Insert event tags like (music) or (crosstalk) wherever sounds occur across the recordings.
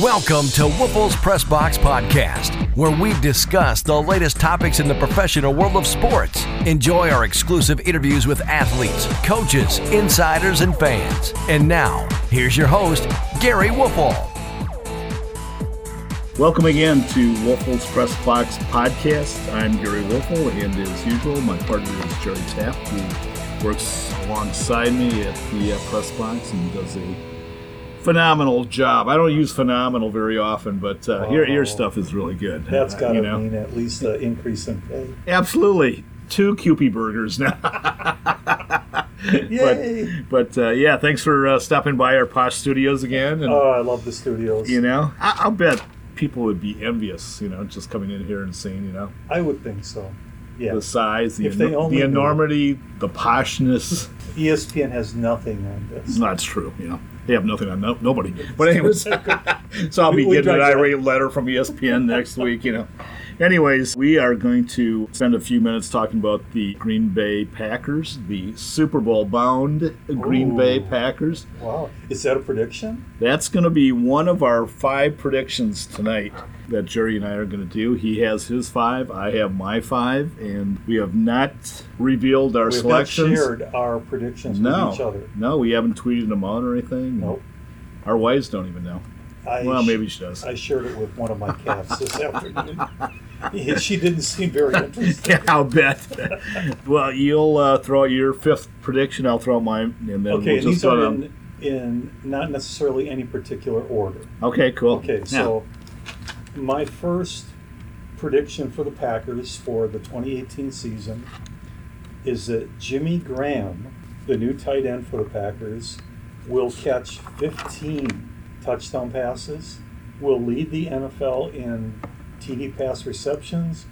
Welcome to Wiffles Press Box Podcast, where we discuss the latest topics in the professional world of sports. Enjoy our exclusive interviews with athletes, coaches, insiders, and fans. And now, here's your host, Gary Wiffle. Welcome again to Wolfel's Press Box Podcast. I'm Gary Wolfel, and as usual, my partner is Jerry Taft, who works alongside me at the uh, Press Box and does a phenomenal job. I don't use phenomenal very often, but uh, your, your stuff is really good. That's Uh, got to you know? mean at least an increase in (laughs) pay. Absolutely. Two QP burgers now. (laughs) Yay! But uh, yeah, thanks for uh, stopping by our Posh Studios again. And, oh, I love the studios. you know, I- I'll bet people would be envious, you know, just coming in here and seeing, you know. I would think so. Yeah. the size, the, If they eno- only the knew. enormity, the poshness. ESPN has nothing on It's (laughs) this. not true, you know. They have nothing on no, nobody. But anyways, so I'll be (laughs) We- we getting an tried that. irate letter from E ESPN next week, you know. Anyways, we are going to spend a few minutes talking about the Green Bay Packers, the Super Bowl bound Green Ooh. Bay Packers. Wow. Is that a prediction? That's going to be one of our five predictions tonight that Jerry and I are going to do. He has his five, I have my five, and we have not revealed our We've not selections. shared our predictions no, with each other. no, we haven't tweeted them out or anything. Nope. Our wives don't even know. I Well, sh- maybe she does. I shared it with one of my cats this afternoon. Yeah, she didn't (laughs) seem very interested. (laughs) yeah, I'll (laughs) bet. well, you'll uh, throw out your fifth prediction. I'll throw out mine, and then we'll Okay, and just these go are down. in, in not necessarily any particular order. Okay, cool. Okay, so my first prediction for the Packers for the 2018 season is that Jimmy Graham, the new tight end for the Packers, will catch 15 touchdown passes, will lead the NFL in TD pass receptions,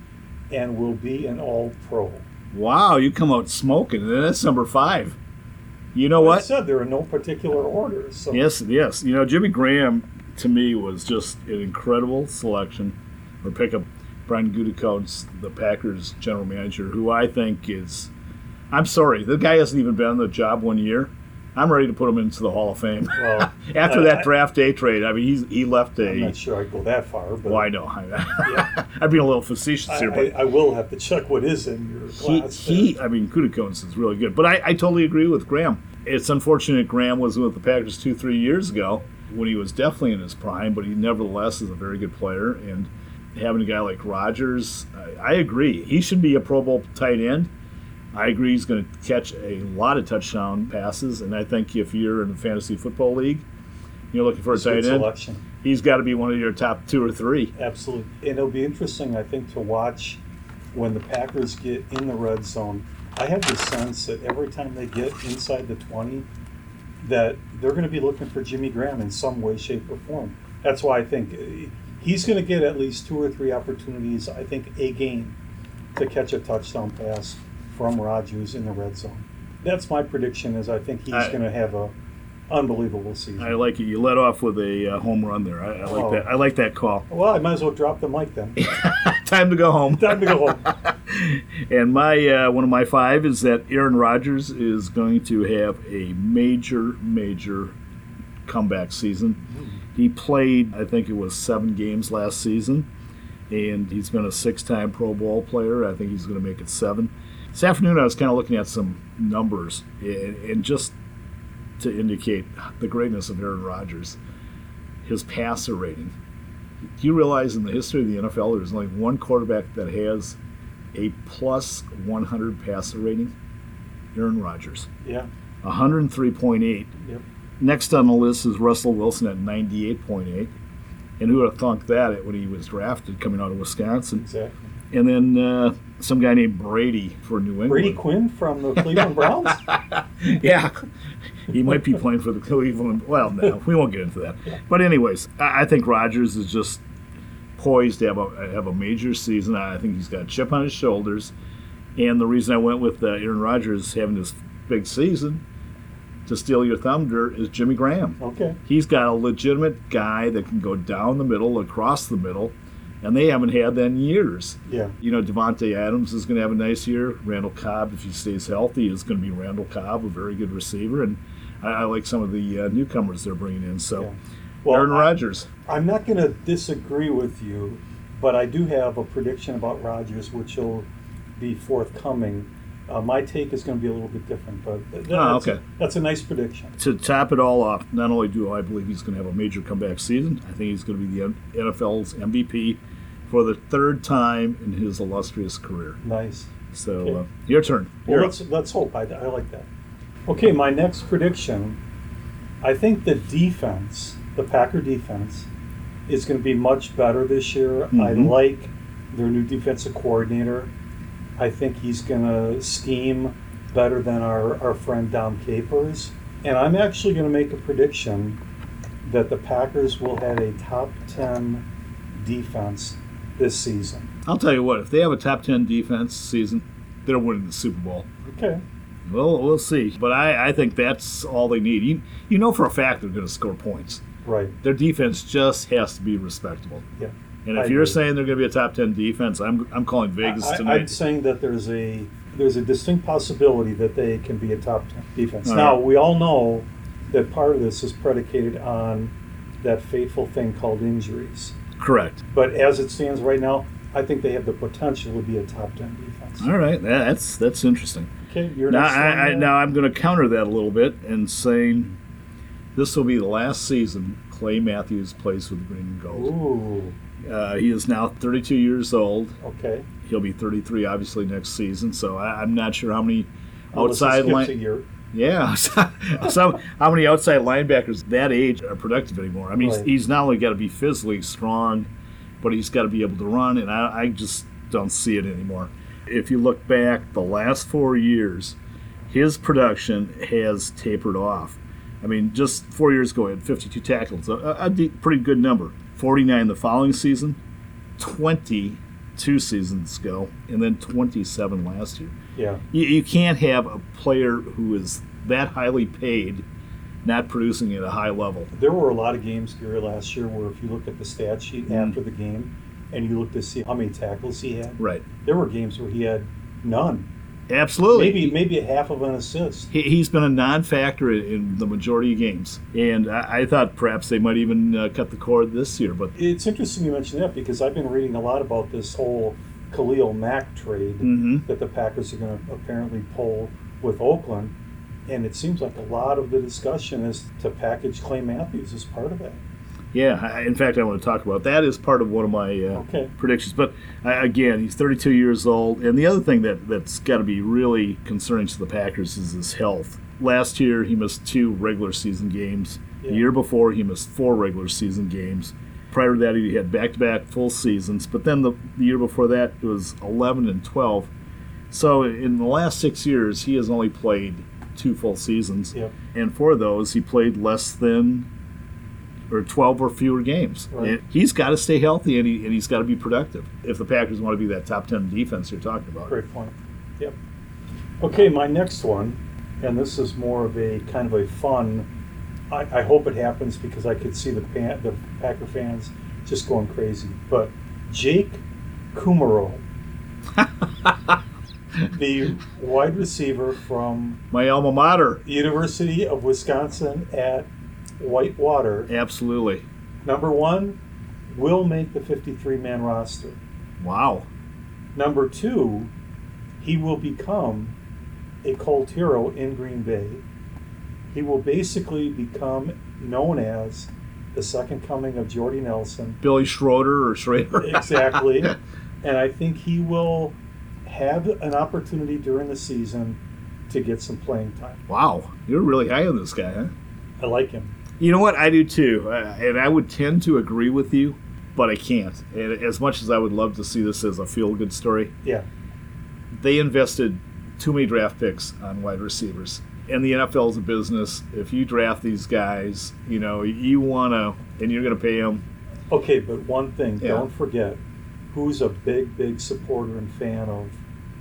and will be an All Pro. Wow, you come out smoking, and that's number five. You know I what? said there are no particular orders. So Yes, yes. You know, Jimmy Graham to me was just an incredible selection or pickup. Brian Gutekunst, the Packers general manager, who I think is, I'm sorry, the guy hasn't even been on the job one year. I'm ready to put him into the Hall of Fame. (laughs) well, After I- that I- draft day trade, I mean, he's, he left Uh, I'm a. not sure I'd go that far, but Well, I know. (laughs) I- yeah. I'd be a little facetious I, here, but I, I will have to check what is in your he, class. he I mean, Kudakones is really good. But I, I totally agree with Graham. It's unfortunate Graham was with the Packers two, three years ago when he was definitely in his prime, but he nevertheless is a very good player. And having a guy like Rodgers, I, I agree. He should be a Pro Bowl tight end. I agree he's going to catch a lot of touchdown passes. And I think if you're in a fantasy football league, you're looking for a It's a good tight end, selection. he's got to be one of your top two or three. Absolutely. And it'll be interesting, I think, to watch when the Packers get in the red zone. I have the sense that every time they get inside the 20, that they're going to be looking for Jimmy Graham in some way, shape, or form. That's why I think eh, he's going to get at least two or three opportunities, I think, a game to catch a touchdown pass from Rodgers in the red zone. That's my prediction is I think he's I- going to have a unbelievable season. I like it. You let off with a uh, home run there. I, I like Oh. that. I like that call. Well, I might as well drop the mic then. (laughs) Time to go home. Time to go home. And my uh, one of my five is that Aaron Rodgers is going to have a major, major comeback season. He played, I think it was seven games last season, and he's been a six-time Pro Bowl player. I think he's going to make it seven. This afternoon, I was kind of looking at some numbers, and, and just to indicate the greatness of Aaron Rodgers, his passer rating. Do you realize in the history of the NFL, there's only one quarterback that has a plus 100 passer rating? Aaron Rodgers, Yeah. 103.8. Yep. Next on the list is Russell Wilson at 98.8. And who would have thunk that when he was drafted coming out of Wisconsin? Exactly. And then uh, some guy named Brady for New England. Brady Quinn from the (laughs) Cleveland Browns. yeah. He might be playing for the Cleveland. Well, no, we won't get into that. But anyways, I, I think Rodgers is just poised to have a have a major season. I think he's got a chip on his shoulders, and the reason I went with uh, Aaron Rodgers having this big season to steal your thunder is Jimmy Graham. Okay. He's got a legitimate guy that can go down the middle, across the middle, and they haven't had that in years. Yeah. You know, Devonte Adams is going to have a nice year. Randall Cobb, if he stays healthy, is going to be Randall Cobb, a very good receiver. And I, I like some of the uh, newcomers they're bringing in. So Yeah. Well, Aaron I- Rodgers. I'm not going to disagree with you, but I do have a prediction about Rodgers, which will be forthcoming. Uh, my take is going to be a little bit different, but th- th- Ah, that's- okay. that's a nice prediction. To top it all off, not only do I believe he's going to have a major comeback season, I think he's going to be the N- NFL's MVP for the third time in his illustrious career. Nice. So, uh, Okay. your turn. Well, You're let's, let's hope. I, I like that. Okay, my next prediction I think the defense, the Packer defense, is going to be much better this year. I Mhm. like their new defensive coordinator. I think he's going to scheme better than our, our friend Dom Capers. And I'm actually going to make a prediction that the Packers will have a top 10 defense this season. I'll tell you what, if they have a top 10 defense season, they're winning the Super Bowl. Okay. Well, we'll see. But I, I think that's all they need. You, you know for a fact they're going to score points. Right. Their defense just has to be respectable. Yeah. And I if you're agree. saying they're going to be a top 10 defense, I'm, I'm calling Vegas I, tonight. I'm saying that there's a there's a distinct possibility that they can be a top defense. All now right. we all know that part of this is predicated on that fateful thing called injuries. Correct. But as it stands right now, I think they have the potential to be a top ten defense. All right. That- That's, that's interesting. Okay, you're Now, next one, I, I, uh, now I'm going to counter that a little bit and saying this will be the last season Clay Matthews plays with the green and gold. Ooh, Uh, he is now 32 years old. okay. He'll be 33 obviously next season. So I, I'm not sure how many Unless it outside skips line. a year. Yeah, (laughs) so, so how many outside linebackers that age are productive anymore? I mean, he's, Right. he's not only got to be physically strong, but he's got to be able to run, and I, I just don't see it anymore. If you look back the last four years, his production has tapered off. I mean, just four years ago, he had 52 tackles, a, a a de- pretty good number. 49 the following season, 20 two seasons ago, and then 27 last year. Yeah, You, you can't have a player who is that highly paid not producing at a high level. there were a lot of games Gary last year where if you looked at the stat sheet after the game and you looked to see how many tackles he had, Mm. Right. there were games where he had none. Absolutely. maybe maybe a half of an assist. He, he's been a non factor in, in the majority of games. And I, I thought perhaps they might even uh, cut the cord this year, but It's interesting you mentioned that because I've been reading a lot about this whole Khalil Mack trade Mhm. that the Packers are going to apparently pull with Oakland, and it seems like a lot of the discussion is to package Clay Matthews as part of that. yeah, I, in fact, I want to talk about that as part of one of my uh, Okay. predictions. But uh, again, he's 32 years old. And the other thing that, that's got to be really concerning to the Packers is his health. Last year, he missed two regular season games. The Yeah. year before, he missed four regular season games. Prior to that, he had back to back full seasons. But then the, the year before that, it was 11 and 12. So in the last six years, he has only played two full seasons. Yep. And for those, he played less than or 12 or fewer games. Right. And he's got to stay healthy and, he, and he's got to be productive if the Packers want to be that top 10 defense you're talking about. Great point. Yep. Okay, my next one, and this is more of a kind of a fun. I, I hope it happens because I could see the pan, the Packer fans just going crazy. But Jake Kumaro, the wide receiver from My alma mater. the University of Wisconsin at Whitewater, Absolutely. number one, will make the 53-man roster. Wow. Number two, he will become a cult hero in Green Bay. He will basically become known as the second coming of (laughs) Jordy Nelson. Billy Schroeder or Schrader. (laughs) Exactly. and I think he will have an opportunity during the season to get some playing time. Wow. You're really high on this guy, huh? I like him. You know what? I do too. Uh, and I would tend to agree with you, but I can't. And as much as I would love to see this as a feel good story, Yeah. they invested too many draft picks on wide receivers. And the NFL is a business. If you draft these guys, you know, you want to, and you're going to pay them. Okay, but one thing, Yeah. don't forget who's a big, big supporter and fan of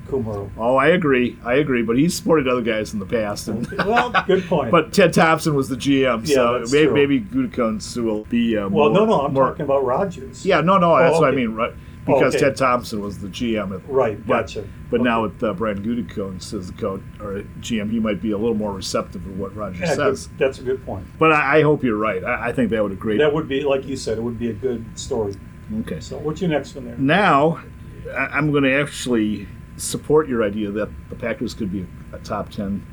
Kumaro. Oh, I agree. I agree. But he's supported other guys in the past. (laughs) And, (laughs) Well, good point. but Ted Thompson was the GM, Yeah, so that's maybe, true. maybe Gutekunst will be uh, more, well, no, no, I'm more- talking about Rodgers. Yeah, no, no, that's what I okay. Oh, mean. Right. because Okay. Ted Thompson was the GM. At, Right, but- gotcha. But now with uh, Brad Gutekunst as the coach or GM, he might be a little more receptive to what Roger Yeah, good- says. that's a good point. But I, I hope you're right. I, I think that would have great. That would be, like you said, it would be a good story. Okay. So, what's your next one there? Now, I- I'm going to actually support your idea that the Packers could be a top 10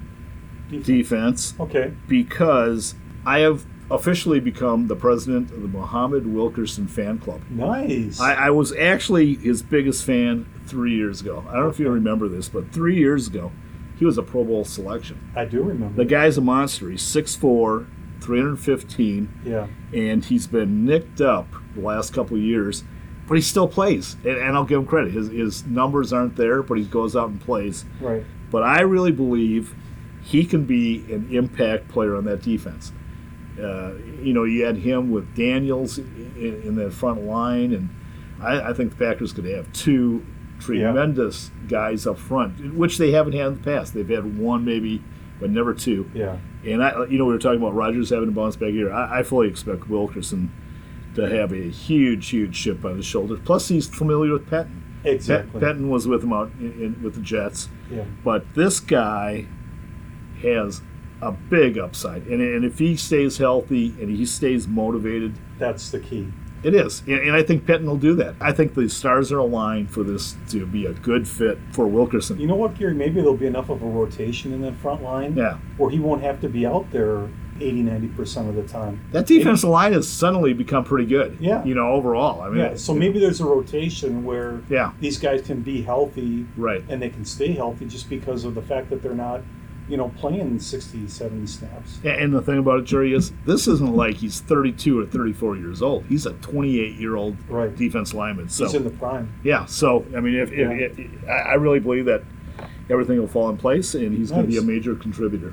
defense Okay. because I have officially become the president of the Muhammad Wilkerson fan club. Nice. I, I was actually his biggest fan three years ago. I don't know if you remember this, but three years ago, he was a Pro Bowl selection. I do remember. The guy's a monster. He's 6'4, 315 yeah. and he's been nicked up the last couple of years, but he still plays. And, and I'll give him credit. His, his numbers aren't there, but he goes out and plays. Right. But I really believe he can be an impact player on that defense. Uh, you know, you had him with Daniels in, in that front line, and I, I think the Packers could have two tremendous guys up front, which they haven't had in the past. They've had one maybe, but never two. Yeah. And I, you know, we were talking about Rogers having a bounce back year. I, I fully expect Wilkerson to have a huge, huge chip on his shoulder. Plus, he's familiar with Patton. Pat- Exactly. Patton was with him out in, in, with the Jets, yeah. but this guy has a big upside. And, and if he stays healthy and he stays motivated, That's the key. it is. And, and I think Patton will do that. I think the stars are aligned for this to be a good fit for Wilkerson. You know what, Gary? Maybe there'll be enough of a rotation in that front line Yeah. where he won't have to be out there 80, 90% of the time. that defensive line has suddenly become pretty good. Yeah. You know, overall. I mean, Yeah. So maybe there's a rotation where Yeah. these guys can be healthy Right. and they can stay healthy just because of the fact that they're not, you know, playing 60, 70 snaps. A- And the thing about it, Jerry, is this isn't like he's 32 or 34 years old. He's a 28 year old Right. defense lineman. So He's in the prime. yeah, so I mean, if, if- Yeah. if- I I really believe that everything will fall in place, and he's going to be a Nice. major contributor.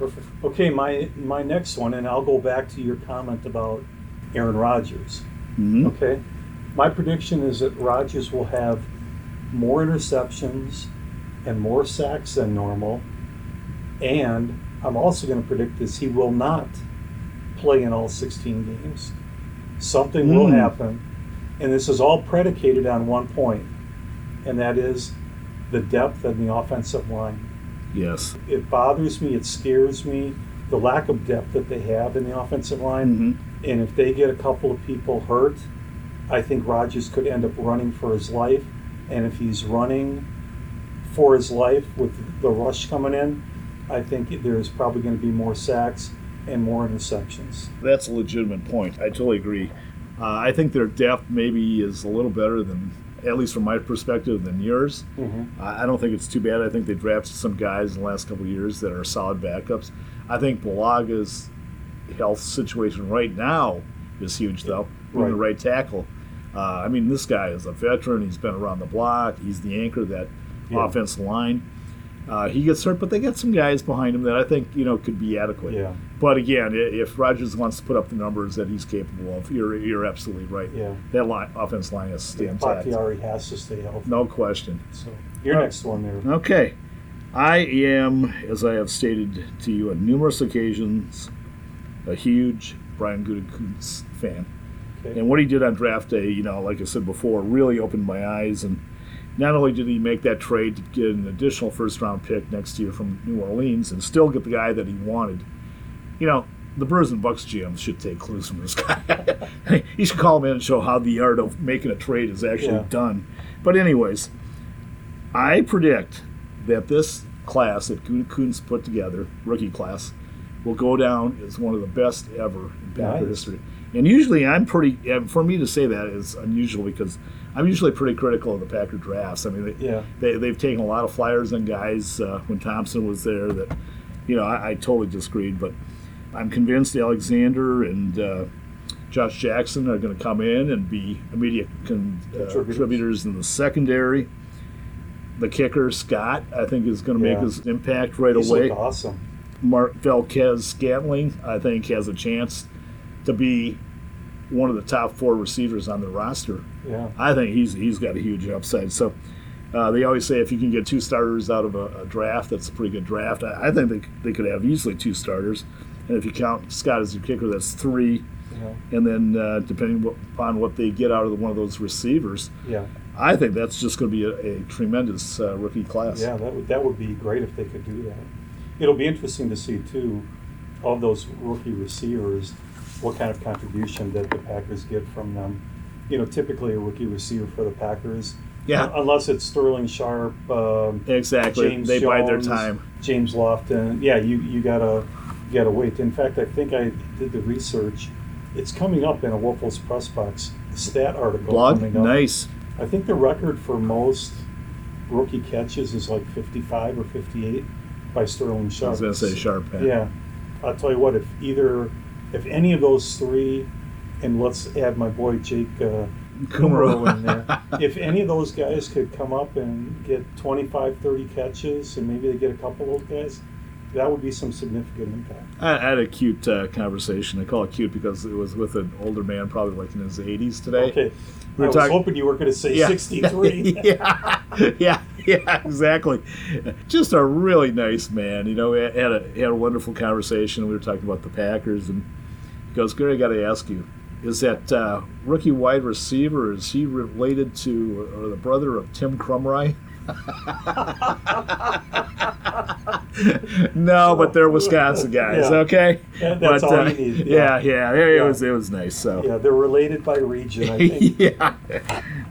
Perfect. Okay, my my next one, and I'll go back to your comment about Aaron Rodgers. Okay, my prediction is that Rodgers will have more interceptions and more sacks than normal, and I'm also going to predict this: he will not play in all 16 games. Something will Mm. happen, and this is all predicated on one point, and that is the depth and the offensive line Yes. it bothers me, it scares me, the lack of depth that they have in the offensive line. And if they get a couple of people hurt, I think Rodgers could end up running for his life. And if he's running for his life with the rush coming in, I think there's probably going to be more sacks and more interceptions. That's a legitimate point. I totally agree. Uh, I think their depth maybe is a little better than, at least from my perspective, than yours. Mm-hmm. Uh, I I don't think it's too bad. I think they drafted some guys in the last couple of years that are solid backups. I think Balaga's health situation right now is huge, though. Right. The Right. right tackle. Uh, I mean, this guy is a veteran. He's been around the block. He's the anchor of that Yeah. offensive line. Uh, he gets hurt, but they got some guys behind him that I think you know could be adequate. Yeah. But again, i- if Rogers wants to put up the numbers that he's capable of, you're you're absolutely right. Yeah. That line, offense line has stand tight. Bakhtiari has to stay healthy. No question. So your Right. next one there. Okay. I am, as I have stated to you on numerous occasions, a huge Brian Gutekunst fan. Okay. And what he did on draft day, you know, like I said before, really opened my eyes. And not only did he make that trade to get an additional first round pick next year from New Orleans and still get the guy that he wanted, you know, the Brewers and Bucks GM should take clues from this guy. (laughs) he should call him in and show how the art of making a trade is actually Yeah. done. But, anyways, I predict that this class that Coons put together, rookie class, will go down as one of the best ever in Packer Nice. history. And usually, I'm pretty. And for me to say that is unusual because I'm usually pretty critical of the Packer drafts. I mean, they, Yeah. they they've taken a lot of flyers on guys uh, when Thompson was there that, you know, I, I totally disagreed. But I'm convinced Alexander and uh, Josh Jackson are going to come in and be immediate con- uh, Contributors. contributors in the secondary. The kicker Scott, I think, is going to make Yeah. his impact right He's away. looked awesome. Mark Velquez Scantling, I think, has a chance to be one of the top four receivers on the roster. Yeah. I think he's he's got a huge upside. So uh, they always say if you can get two starters out of a, a draft, that's a pretty good draft. I, I think they, they could have easily two starters, and if you count Scott as your kicker, that's three. Yeah. and then uh, depending what, upon what they get out of one of those receivers, Yeah. I think that's just going to be a, a tremendous uh, rookie class. Yeah, that would, that would be great if they could do that. It'll be interesting to see too, of those rookie receivers, what kind of contribution that the Packers get from them. You know, typically a rookie receiver for the Packers, Yeah. unless it's Sterling Sharp, um, exactly. James they bide their Jones, time. James Lofton, yeah, you you gotta you gotta wait. In fact, I think I did the research. It's coming up in a Waffles Press Box stat article Blog, Oh, coming up. nice. I think the record for most rookie catches is like 55 or 58 by Sterling Sharp. I was going to say sharp. man. Yeah. I'll tell you what, if either, if any of those three, and let's add my boy Jake uh, Kumro (laughs) in there, if any of those guys could come up and get 25, 30 catches, and maybe they get a couple of those guys, that would be some significant impact. I, I had a cute uh, conversation. I call it cute because it was with an older man, probably like in his 80s today. Okay. We were I was talking- hoping you were going to say (laughs) 63. yeah, yeah, yeah, exactly. Just a really nice man. You know, we had a had a wonderful conversation. We were talking about the Packers, and he goes, "Gary, I got to ask you, is that uh, rookie wide receiver is he related to or the brother of Tim Crumry?" (laughs) no, but they're Wisconsin guys. Yeah. Okay, That- that's but, all uh, you need, Yeah, yeah. yeah, it, Yeah. was it was nice. So Yeah, they're related (laughs) by region, I (laughs) think. yeah.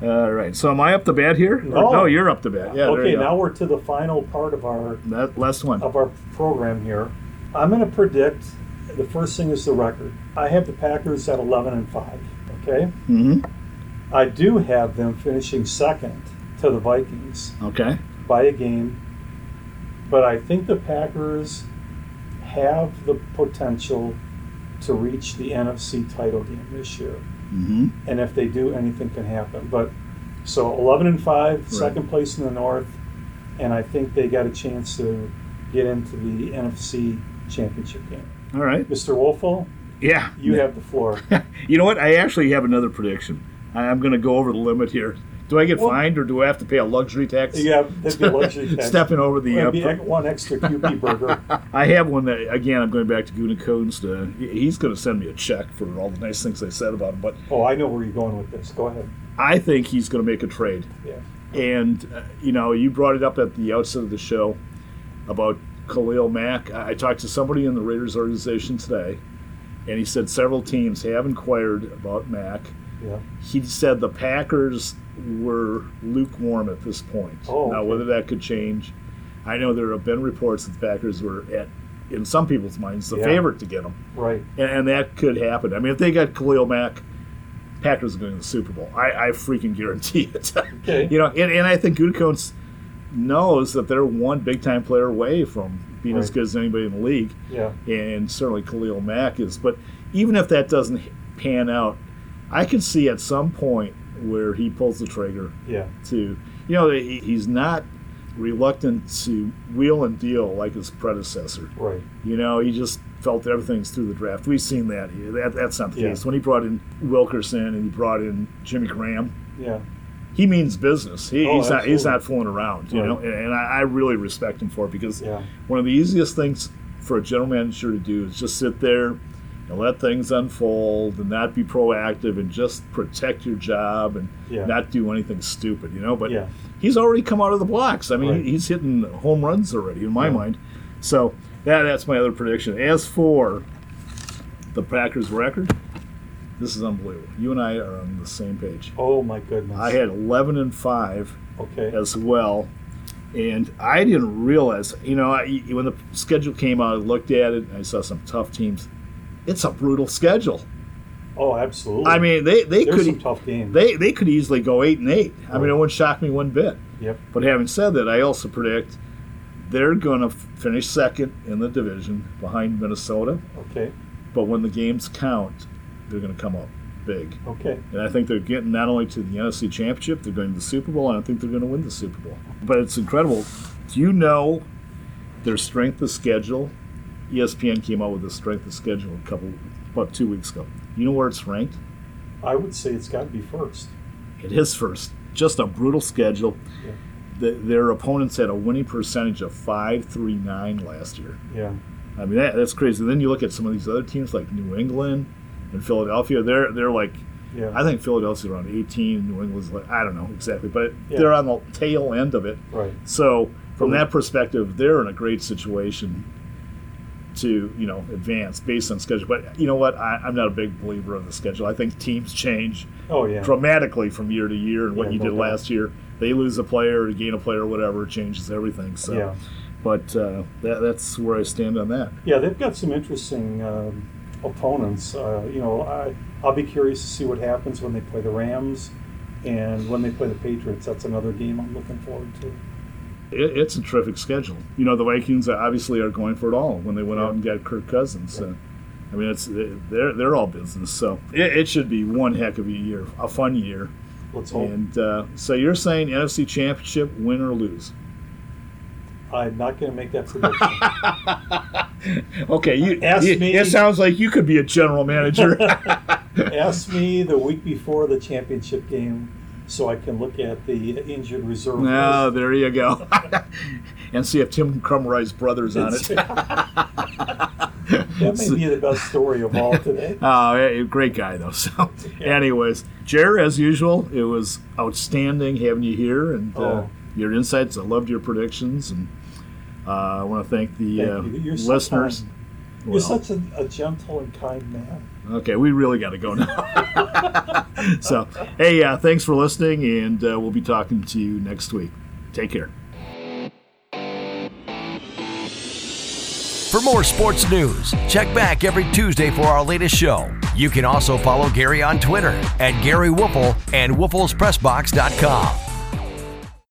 All right. So am I up to bat here? Or- No. no you're up to bat. Yeah. there okay, you go. now we're to the final part of our that last one. of our program here. I'm going to predict the first thing is the record. I have the Packers at 11 and 5. Okay, hmm I do have them finishing second to the Vikings Okay. by a game, but I think the Packers have the potential to reach the NFC title game this year. hmm and if they do, anything can happen. But so 11 and 5, second place in the North, and I think they got a chance to get into the NFC Championship game. All right. Mr. Wolfel, Yeah. you have (laughs) the floor. You know what? I actually have another prediction. I, I'm going to go over the limit here. Do I get Well- fined or do I have to pay a luxury tax? You have that'd (laughs) be a luxury tax. Stepping over the. That'd Uh, be pr- ec- one extra QB (laughs) burger. I have one that again. I'm going back to Guna Coons. To, he's going to send me a check for all the nice things I said about him. But Oh, I know where you're going with this. Go ahead. I think he's going to make a trade. Yeah. And, uh, you know, you brought it up at the outset of the show about Khalil Mack. I I talked to somebody in the Raiders organization today, and he said several teams have inquired about Mack. Yeah. He said the Packers were lukewarm at this point. Oh, now, okay. whether that could change, I know there have been reports that the Packers were, at, in some people's minds, the Yeah. favorite to get him. Right. And, and that could happen. I mean, if they got Khalil Mack, Packers are going to the Super Bowl. I, I freaking guarantee it. (laughs) Okay. you know, and, and I think Gutekunst knows that they're one big time player away from being as Right. good as anybody in the league, Yeah. and certainly Khalil Mack is. But even if that doesn't pan out, I can see at some point where he pulls the trigger Yeah. to, you know, he, he's not reluctant to wheel and deal like his predecessor. Right. You know, he just felt that everything's through the draft. We've seen that. that that's not the Yeah. case. When he brought in Wilkerson and he brought in Jimmy Graham, Yeah. he means business. He, Oh, he's not he's absolutely. not fooling around, you Right. know. And, and I, I really respect him for it because Yeah. one of the easiest things for a general manager to do is just sit there and let things unfold and not be proactive and just protect your job and Yeah. not do anything stupid, you know. But Yeah. he's already come out of the blocks. I mean, Right. he he's hitting home runs already in my Yeah. mind. So that that's my other prediction. As for the Packers' record, this is unbelievable. You and I are on the same page. Oh my goodness. I had 11 and 5 okay. as well. And I didn't realize, you know, I, when the schedule came out, I looked at it, I saw some tough teams. It's a brutal schedule. Oh, absolutely. I mean, they, they there's some could e- tough Oh. games. they, they could easily go eight and eight. I mean, it Right. wouldn't shock me one bit. yep. But having said that, I also predict they're going to finish second in the division behind Minnesota. Okay. But when the games count, they're going to come up big. Okay. And I think they're getting not only to the NFC Championship, they're going to the Super Bowl, and I think they're going to win the Super Bowl. But it's incredible. Do you know their strength of schedule? E ESPN came out with a strength of schedule a couple, about two weeks ago. You know where it's ranked? I would say it's got to be first. It is first. Just a brutal schedule. Yeah. The, their opponents had a winning percentage of 539 last year. Yeah. I mean, that, that's crazy. Then you look at some of these other teams like New England, in Philadelphia. They're they're like Yeah. I think Philadelphia's around 18. New England's like I don't know exactly, but Yeah. they're on the tail end of it. right. So from that perspective, they're in a great situation to you know advance based on schedule. But you know what? I, I'm not a big believer of the schedule. I think teams change Oh yeah. dramatically from year to year, and what Yeah, you no did doubt. last year, they lose a player, gain a player, whatever, it changes everything. So, Yeah. but uh, that, that's where I stand on that. Yeah, they've got some interesting um, opponents. Uh, you know, I, I'll be curious to see what happens when they play the Rams and when they play the Patriots. That's another game I'm looking forward to. It, it's a terrific schedule. You know, the Vikings are- obviously are going for it all when they went out and got Kirk Cousins. So, I mean, it's they're they're all business. So it, it should be one heck of a year, a fun year. Let's hope. And uh, so you're saying NFC Championship, win or lose? I'm not going to make that prediction. Okay, you. Uh, Ask it, me- it sounds like you could be a general manager. Ask me the week before the championship game so I can look at the injured (laughs) reserve. Ah, list. there you go. (laughs) and see if Tim Crumrye's brother's on it. (laughs) that may be the best story of all today. Oh, yeah, great guy though. (laughs) So, anyways, Jer, as usual, it was outstanding having you here and uh, Oh. your insights. I loved your predictions, and uh, I want to thank the Thank uh, you. You're so listeners. kind. Well, You're such a, a gentle and kind man. okay, we really got to go now. (laughs) so, hey, uh, thanks for listening, and uh, we'll be talking to you next week. Take care. For more sports news, check back every Tuesday for our latest show. You can also follow Gary on Twitter at Gary Wolfel and WooflesPressBox.com.